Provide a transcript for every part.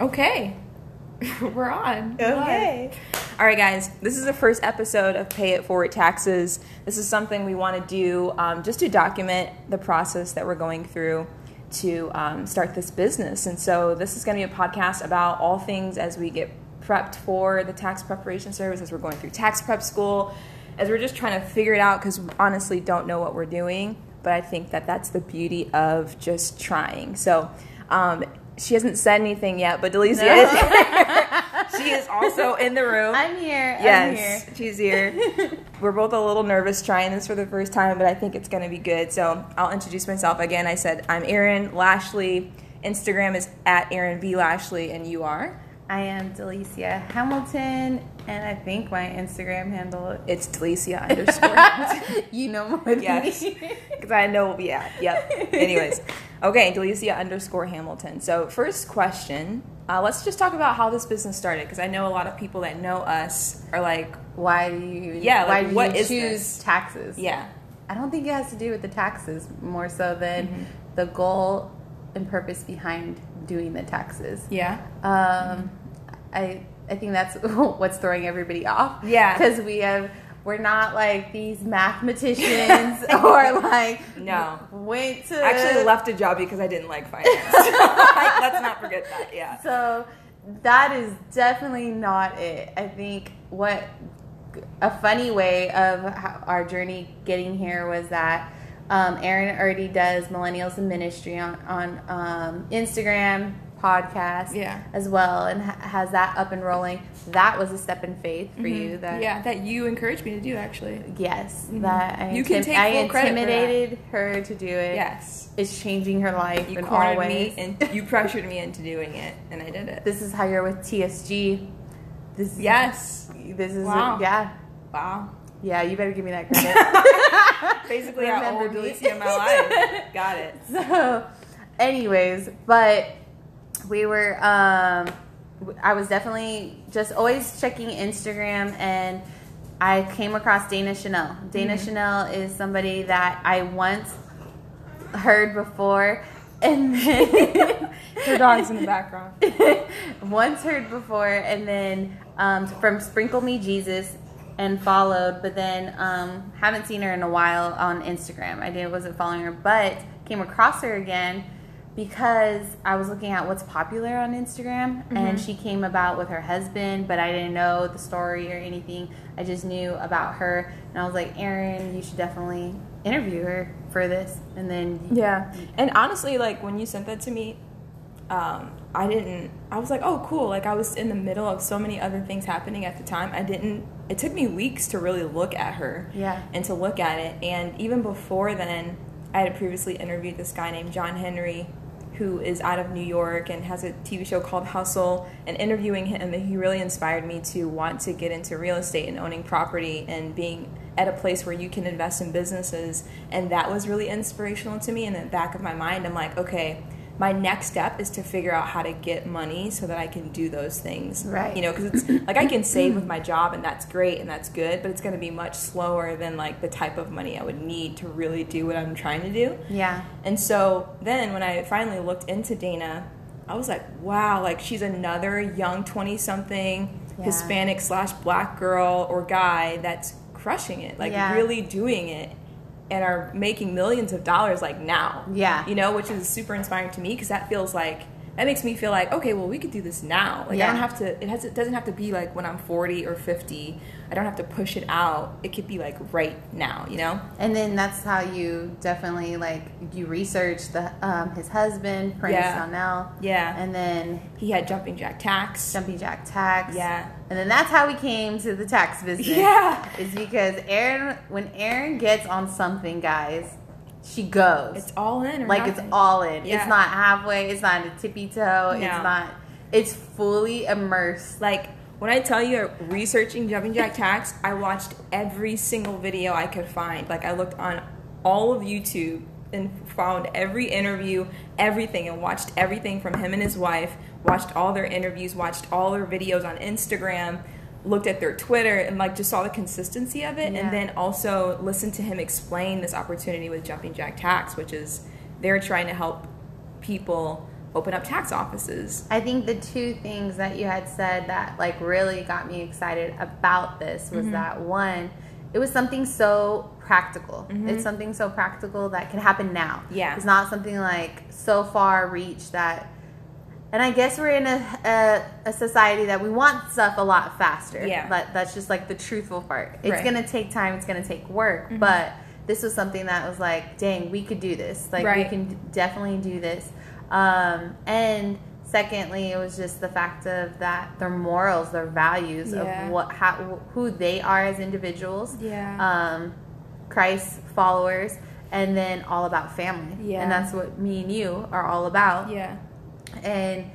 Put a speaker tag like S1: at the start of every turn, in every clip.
S1: Okay. We're on.
S2: Okay.
S1: All right, guys. This is the first episode of Pay It Forward Taxes. This is something we want to do um, just to document the process that we're going through to um, start this business. And so, this is going to be a podcast about all things as we get prepped for the tax preparation service, as we're going through tax prep school, as we're just trying to figure it out because we honestly don't know what we're doing. But I think that that's the beauty of just trying. So, um, she hasn't said anything yet, but Delicia
S2: No.
S1: is she is also in the room.
S2: I'm here.
S1: yes, she's here. We're both a little nervous trying this for the first time, but I think it's going to be good. So I'll introduce myself again. I said I'm Erin Lashley. Instagram is at Erin B Lashley, and you are.
S2: I'm here. I am Delicia Hamilton, and I think my Instagram handle.
S1: It's Delicia underscore.
S2: you know more than
S1: Yes.
S2: me.
S1: Because I know, yeah, yep. Anyways, okay, Delicia underscore Hamilton. So, first question uh, let's just talk about how this business started because I know a lot of people that know us are like,
S2: Why do you?
S1: Yeah,
S2: Why
S1: like,
S2: did
S1: what
S2: you
S1: is
S2: choose
S1: this?
S2: taxes?
S1: yeah,
S2: I don't think it has to do with the taxes more so than
S1: Mm-hmm.
S2: the goal and purpose behind doing the taxes.
S1: yeah,
S2: Um, I I think that's what's throwing everybody off.
S1: Yeah.
S2: because we have we're not like these mathematicians or like
S1: No.
S2: went to
S1: I actually left a job because I didn't like finance. Like, let's not forget that. Yeah.
S2: So that is definitely not it. I think what a funny way of how our journey getting here was that um, Aaron already does Millennials in Ministry on, on um, Instagram, podcast
S1: Yeah.
S2: as well, and ha- has that up and rolling. That was a step in faith for you. That
S3: Mm-hmm. Yeah, that you encouraged me to do actually.
S2: yes, that I,
S3: You can
S2: intim-
S3: take
S2: I
S3: full credit for that.
S2: intimidated her to do it.
S1: Yes.
S2: It's changing her life
S1: You
S2: in all
S1: cornered
S2: ways
S1: me and you pressured me into doing it, and I did it.
S2: this is how you're with TSG. This is,
S1: Yes.
S2: This is
S1: Wow.
S2: yeah.
S1: Wow.
S2: Yeah, you better give me that credit.
S1: Basically, I
S2: Remember
S1: owe
S2: me.
S1: Delicia my life. Got it.
S2: so, anyways, but we were um I was definitely just always checking Instagram and I came across Dana Chanel. Dana
S1: Mm-hmm.
S2: Chanel is somebody that I once heard before and then
S1: Her dog's in the background.
S2: once heard before, and then um, from Sprinkle Me Jesus and followed, but then um, haven't seen her in a while on Instagram. I did wasn't following her, but came across her again because I was looking at what's popular on Instagram, and she came about with her husband, but I didn't know the story or anything. I just knew about her, and I was like, Erin, you should definitely interview her for this, and then
S1: Yeah. And honestly, like when you sent that to me, um, I didn't. I was like, oh, cool. Like I was in the middle of so many other things happening at the time. I didn't. It took me weeks to really look at her.
S2: Yeah.
S1: And to look at it, and even before then, I had previously interviewed this guy named John Henry. Who is out of New York and has a TV show called Hustle? And interviewing him, he really inspired me to want to get into real estate and owning property and being at a place where you can invest in businesses. And that was really inspirational to me. In the back of my mind, I'm like, okay, my next step is to figure out how to get money so that I can do those things.
S2: Right.
S1: You know, because it's like I can save with my job and that's great and that's good, but it's going to be much slower than like the type of money I would need to really do what I'm trying to do.
S2: yeah,
S1: And so then when I finally looked into Dana, I was like, wow, like she's another young 20 something
S2: Yeah.
S1: Hispanic slash black girl or guy that's crushing it, like
S2: Yeah.
S1: really doing it and are making millions of dollars like now.
S2: Yeah.
S1: You know, which is super inspiring to me because that feels like, that makes me feel like, okay, well, we could do this now. Like,
S2: Yeah.
S1: I don't have to, it, has, it doesn't have to be like when I'm 40 or 50. I don't have to push it out. It could be like right now, you know?
S2: And then that's how you definitely like you research the um, his husband Prince
S1: Yeah.
S2: Donnell,
S1: Yeah.
S2: and then
S1: he had jumping jack tax.
S2: Jumping Jack Tax.
S1: Yeah.
S2: and then that's how we came to the tax business.
S1: Yeah.
S2: is because Aaron when Aaron gets on something, guys, she goes
S1: It's all in, or
S2: like it's
S1: nothing.
S2: all in.
S1: Yeah.
S2: It's not halfway. It's not a tippy
S1: No.
S2: toe. It's not. It's fully immersed.
S1: Like when I tell you researching jumping jack tax, I watched every single video I could find. Like I looked on all of YouTube and found every interview, everything, and watched everything from him and his wife. Watched all their interviews, watched all their videos on Instagram, looked at their Twitter, and like just saw the consistency of it.
S2: Yeah.
S1: And then also listened to him explain this opportunity with jumping jack tax, which is they're trying to help people
S3: open up tax offices.
S2: I think the two things that you had said that like really got me excited about this was
S1: Mm-hmm.
S2: that one, it was something so practical. It's something so practical that could happen now.
S1: Mm-hmm. Yeah.
S2: It's not something like so far reach that and I guess we're in a, a, a society that we want stuff a lot faster.
S1: Yeah.
S2: But that's just like the truthful part. It's
S3: Right.
S2: gonna take time, it's gonna take work.
S1: Mm-hmm.
S2: But this was something that was like, dang, we could do this. Like we
S3: Right.
S2: can d- definitely do this. Um, and secondly, it was just the fact of that their morals, their values
S3: Yeah.
S2: of what how, who they are as individuals,
S3: Yeah.
S2: um, Christ followers, and then all about family.
S3: Yeah.
S2: And that's what me and you are all about
S3: yeah.
S2: and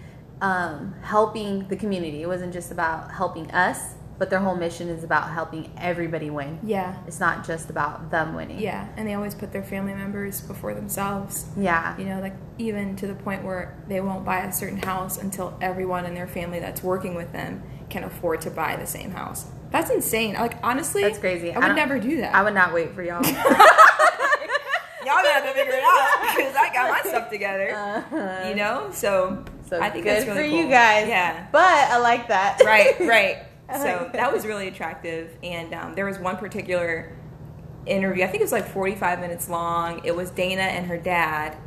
S2: um, helping the community. It wasn't just about helping us, but their whole mission is about helping everybody win.
S3: Yeah.
S2: It's not just about them winning.
S3: Yeah. And they always put their family members before themselves.
S2: Yeah.
S3: You know, like even to the point where they won't buy a certain house until everyone in their family that's working with them can afford to buy the same house. That's insane. Like honestly,
S2: That's crazy.
S3: I
S2: I
S3: would
S2: don't-
S3: never do that.
S2: I would not wait for y'all.
S1: Y'all gonna have to figure it out because I got my stuff together. you know, so,
S2: Uh-huh. so
S1: I think
S2: good
S1: that's really
S2: for
S1: cool.
S2: you guys.
S1: Yeah,
S2: But I like that.
S1: right, right. So
S2: like
S1: that was really attractive, and um, there was one particular interview. I think it was like 45 minutes long. It was Dana and her dad.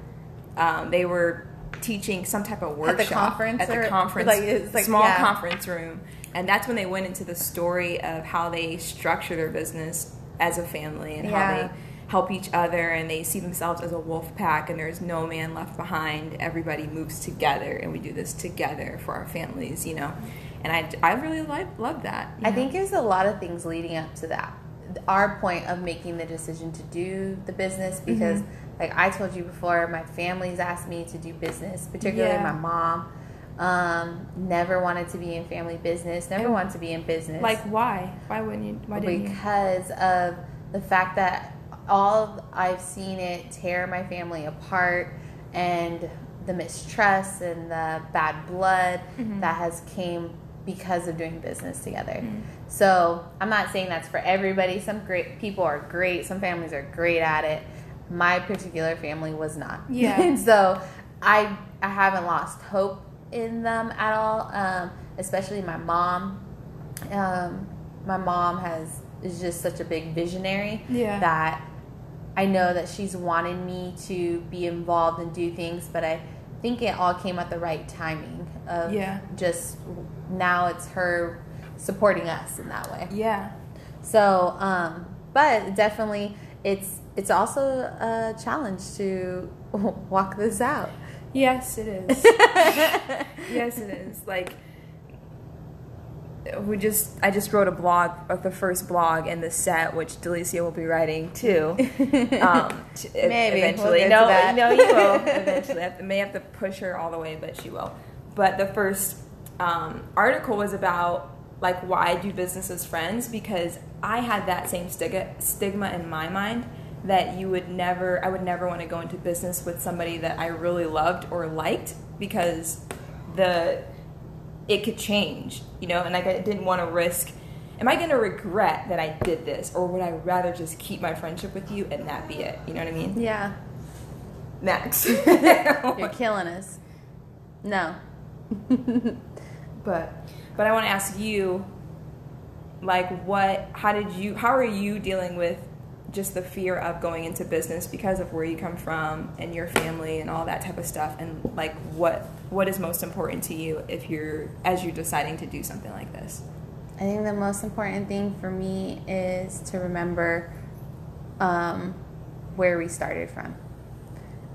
S1: Um, they were teaching some type of workshop
S2: conference
S1: at the
S2: or-
S1: conference,
S2: like, it's like-
S1: small
S2: yeah.
S1: conference room, and that's when they went into the story of how they structure their business as a family and
S2: Yeah.
S1: how they help each other and they see themselves as a wolf pack and there's no man left behind everybody moves together and we do this together for our families you know and i, I really like love that you
S2: I
S1: know?
S2: think there's a lot of things leading up to that. Our point of making the decision to do the business because, like I told you before, my family's asked me to do business, particularly
S3: Yeah.
S2: my mom. Um, never wanted to be in family business. Never wanted to be in business.
S3: like why? Why wouldn't you? Why didn't you?
S2: because of the fact that all I've seen it tear my family apart and the mistrust and the bad blood
S3: Mm-hmm.
S2: that has came because of doing business together.
S3: Mm-hmm.
S2: So I'm not saying that's for everybody. Some great people are great. Some families are great at it. My particular family was not.
S3: Yeah.
S2: And so I I haven't lost hope in them at all. Um, especially my mom. Um, my mom has is just such a big visionary
S3: Yeah.
S2: that I know that she's wanted me to be involved and do things, but I think it all came at the right timing of
S3: Yeah.
S2: just now it's her supporting us in that way.
S3: Yeah.
S2: So, um, but definitely, it's it's also a challenge to walk this out.
S3: Yes, it is. yes, it is. Like
S1: we just I just wrote a blog of the first blog in the set, which Delicia will be writing too. Um, t- e-
S2: Maybe. We'll
S1: eventually,
S2: get to
S1: no,
S2: that.
S1: no, you will eventually. I have to- may have to push her all the way, but she will. But the first um, article was about like why do business as friends because I had that same stigma stigma in my mind that you would never I would never want to go into business with somebody that I really loved or liked because the it could change, you know, and like I didn't want to risk. Am I going to regret that I did this, or would I rather just keep my friendship with you and that be it? You know what I mean?
S2: Yeah,
S1: Max.
S2: you're killing us. No,
S1: but but I want to ask you, like, what? How did you? How are you dealing with just the fear of going into business because of where you come from and your family and all that type of stuff? And like, what what is most important to you if you're as you're deciding to do something like this?
S2: I think the most important thing for me is to remember um, where we started from.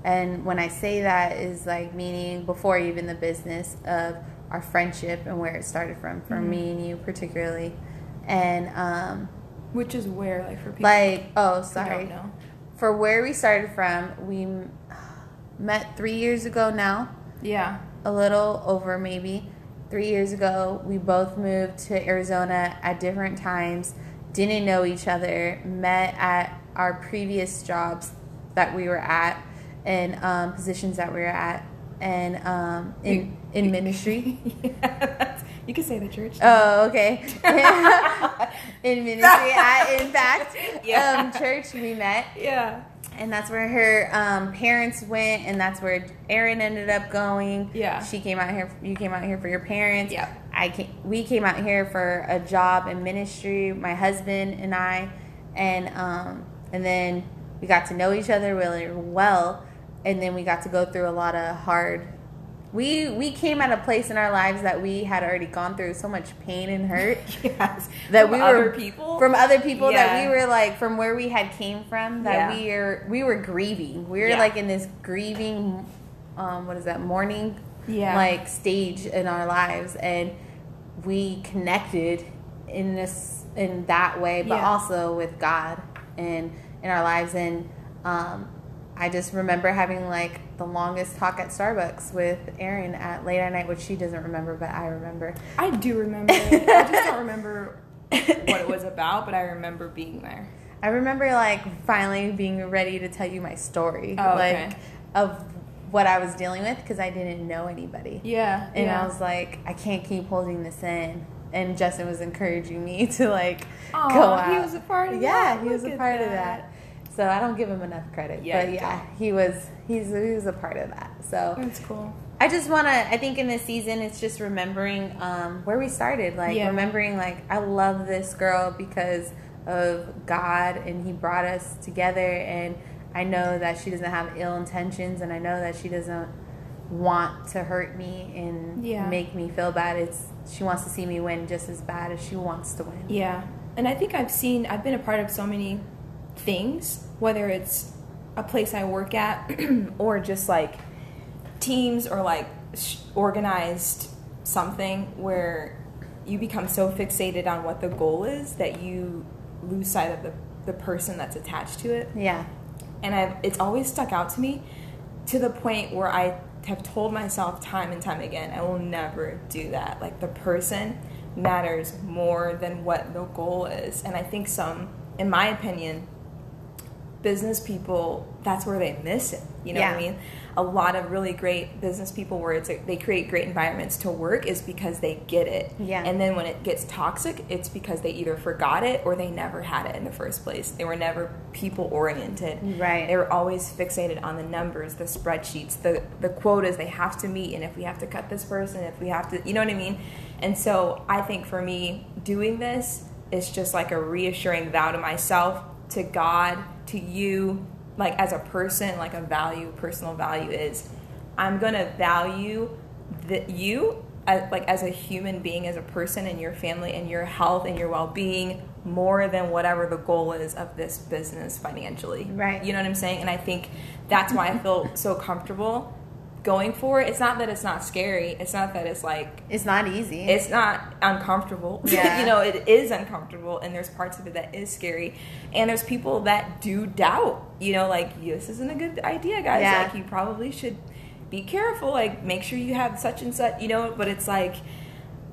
S2: And when I say that is like meaning before even the business of our friendship and where it started from for
S3: Mm-hmm.
S2: me and you particularly. And um,
S3: which is where like for people
S2: like oh
S3: who
S2: sorry
S3: don't know.
S2: for where we started from we m- met three years ago now
S3: Yeah.
S2: a little over maybe three years ago we both moved to arizona at different times didn't know each other met at our previous jobs that we were at and um, positions that we were at and um, in, in ministry
S3: You could say the church.
S2: Oh, okay. in ministry, at Impact
S1: Yeah.
S2: um, Church, we met
S1: Yeah.
S2: and that's where her um, parents went, and that's where Erin ended up going.
S1: Yeah.
S2: she came out here. You came out here for your parents.
S1: Yeah.
S2: I came, we came out here for a job in ministry. My husband and I, and um, and then we got to know each other really well, and then we got to go through a lot of hard. We we came at a place in our lives that we had already gone through so much pain and hurt
S1: yes.
S2: that
S1: From
S2: we
S1: other
S2: were
S1: people.
S2: from other people that
S1: Yeah.
S2: we were like from where we had came from that
S1: Yeah.
S2: we are we were grieving we were
S1: Yeah.
S2: like in this grieving um what is that mourning
S1: Yeah.
S2: like stage in our lives and we connected in this in that way but
S1: Yeah.
S2: also with god and in our lives and um I just remember having like the longest talk at Starbucks with Erin at late at night, which she doesn't remember, but I remember.
S1: I do remember. It. I just don't remember what it was about, but I remember being there.
S2: I remember like finally being ready to tell you my story,
S1: Oh, okay.
S2: like of what I was dealing with because I didn't know anybody,
S1: Yeah.
S2: and
S1: yeah.
S2: I was like, I can't keep holding this in. And Justin was encouraging me to like
S1: Aw,
S2: go out.
S1: he was a part of
S2: yeah,
S1: that.
S2: he was
S1: Look
S2: a
S1: at
S2: part of
S1: that.
S2: that. So I don't give him enough credit,
S1: Yeah,
S2: but
S1: you
S2: yeah, he was he's he was a part of that. So
S1: That's cool.
S2: I just want to. I think in this season, it's just remembering um, where we started. Like
S1: Yeah.
S2: remembering, like I love this girl because of God, and He brought us together. And I know that she doesn't have ill intentions, and I know that she doesn't want to hurt me and
S1: Yeah.
S2: make me feel bad. It's she wants to see me win just as bad as she wants to win.
S1: Yeah. And I think I've seen, I've been a part of so many things, whether it's a place I work at or just like teams or like sh- organized something where you become so fixated on what the goal is that you lose sight of the, the person that's attached to it
S2: Yeah,
S1: and I've it's always stuck out to me to the point where I have told myself time and time again I will never do that. Like the person matters more than what the goal is, and I think some, in my opinion, business people that's where they miss it. You know what I
S2: Yeah.
S1: mean? A lot of really great business people where it's they create great environments to work is because they get it.
S2: Yeah.
S1: And then when it gets toxic, it's because they either forgot it or they never had it in the first place. They were never people oriented.
S2: Right.
S1: They were always fixated on the numbers, the spreadsheets, the the quotas they have to meet, and if we have to cut this person, if we have to, you know what I mean. And so I think for me, doing this is just like a reassuring vow to myself, to God, to you, like as a person, like a value, personal value is, I'm gonna value the, you. As, like as a human being as a person and your family and your health and your well-being more than whatever the goal is of this business financially
S2: Right.
S1: you know what I'm saying? And I think that's why I feel so comfortable going for it. It's not that it's not scary. It's not that it's like
S2: it's not easy.
S1: it's not uncomfortable.
S2: Yeah.
S1: you know, it is uncomfortable and there's parts of it that is scary. And there's people that do doubt, you know, like this isn't a good idea, guys.
S2: Yeah.
S1: Like you probably should be careful, like make sure you have such and such, you know, but it's like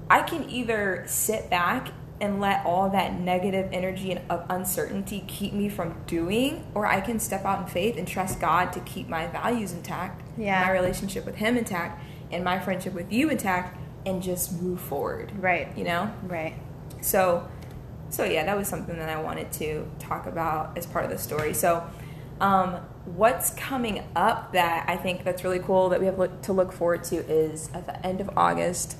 S1: I can either sit back and let all that negative energy and of uncertainty keep me from doing, or I can step out in faith and trust God to keep my values intact,
S2: Yeah.
S1: my relationship with Him intact, and my friendship with you intact, and just move forward.
S2: right,
S1: You know?
S2: right.
S1: So, so yeah, that was something that I wanted to talk about as part of the story. So, um, what's coming up that I think that's really cool that we have look, to look forward to is at the end of August,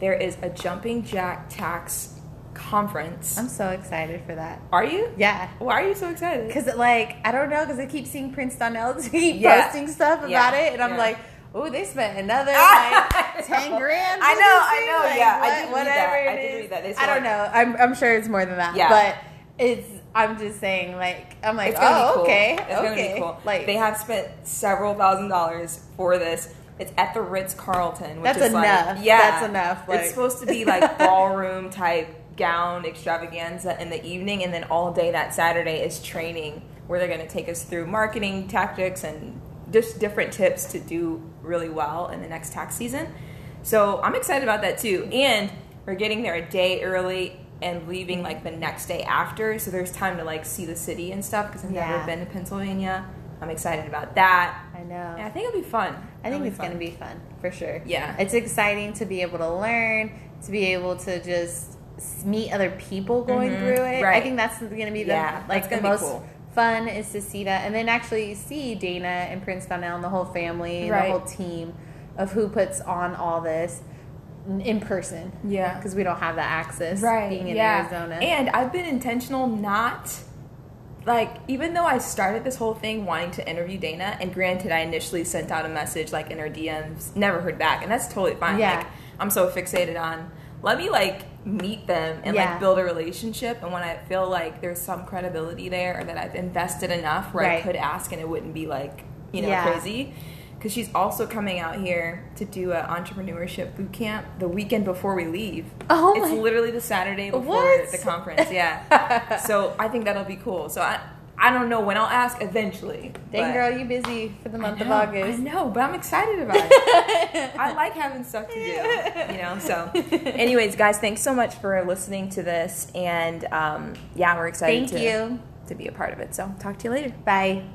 S1: there is a jumping jack tax conference.
S2: I'm so excited for that.
S1: Are you?
S2: Yeah.
S1: Why are you so excited?
S2: Because, like, I don't know, because I keep seeing Prince Donnell keep
S1: Yeah.
S2: posting stuff about
S1: Yeah.
S2: it, and I'm
S1: Yeah.
S2: like, oh, they spent another
S1: I
S2: like 10
S1: know.
S2: grand.
S1: I
S2: for
S1: know,
S2: this
S1: I
S2: thing,
S1: know, yeah, I
S2: what-
S1: did read
S2: whatever
S1: that.
S2: it
S1: I did
S2: is.
S1: read that. They
S2: I don't
S1: said-
S2: know. I'm, I'm sure it's more than that.
S1: Yeah.
S2: But it's, I'm just saying, like, I'm like,
S1: It's gonna
S2: oh,
S1: be cool.
S2: okay.
S1: It's
S2: okay.
S1: gonna be cool.
S2: Like,
S1: they have spent several thousand dollars for this. It's at the Ritz Carlton, which
S2: That's
S1: is
S2: enough.
S1: like yeah,
S2: That's enough, like-
S1: It's supposed to be like ballroom type gown extravaganza in the evening, and then all day that Saturday is training where they're going to take us through marketing tactics and just different tips to do really well in the next tax season. So I'm excited about that too, and we're getting there a day early and leaving like the next day after, so there's time to like see the city and stuff because I've
S2: Yeah.
S1: never been to Pennsylvania. I'm excited about that.
S2: I know.
S1: And I think it'll be fun.
S2: I think
S1: It'll
S2: it's going to
S1: fun.
S2: be fun for sure.
S1: Yeah.
S2: It's exciting to be able to learn, to be able to just s- meet other people going through it. I
S1: Mm-hmm. Right.
S2: think that's going to be the
S1: Yeah, that's
S2: like the
S1: gonna be
S2: most
S1: cool.
S2: fun is to see that, and then actually see Dana and Prince Donnell and the whole family and
S1: Right.
S2: the whole team of who puts on all this in person.
S1: Yeah.
S2: because we don't have that access.
S1: right
S2: being in
S1: yeah.
S2: Arizona.
S1: and i've been intentional not like even though i started this whole thing wanting to interview dana and granted i initially sent out a message like in her dms never heard back and that's totally fine
S2: Yeah.
S1: like i'm so fixated on let me like meet them and
S2: Yeah.
S1: like build a relationship and when i feel like there's some credibility there or that i've invested enough where i
S2: Right.
S1: could ask and it wouldn't be like you know
S2: Yeah.
S1: crazy because she's also coming out here to do an entrepreneurship boot camp the weekend before we leave
S2: Oh
S1: it's
S2: my-
S1: literally the saturday before
S2: What?
S1: the conference. Yeah. so I think that'll be cool. So I I don't know when I'll ask eventually. but-
S2: Dang girl, you busy for the month of
S1: I know,
S2: August.
S1: I know, but I'm excited about it. I like having stuff to do, you know. So, anyways, guys, thanks so much for listening to this, and um, yeah, we're excited to
S2: Thank you.
S1: to be a part of it. So, talk to you later.
S2: Bye.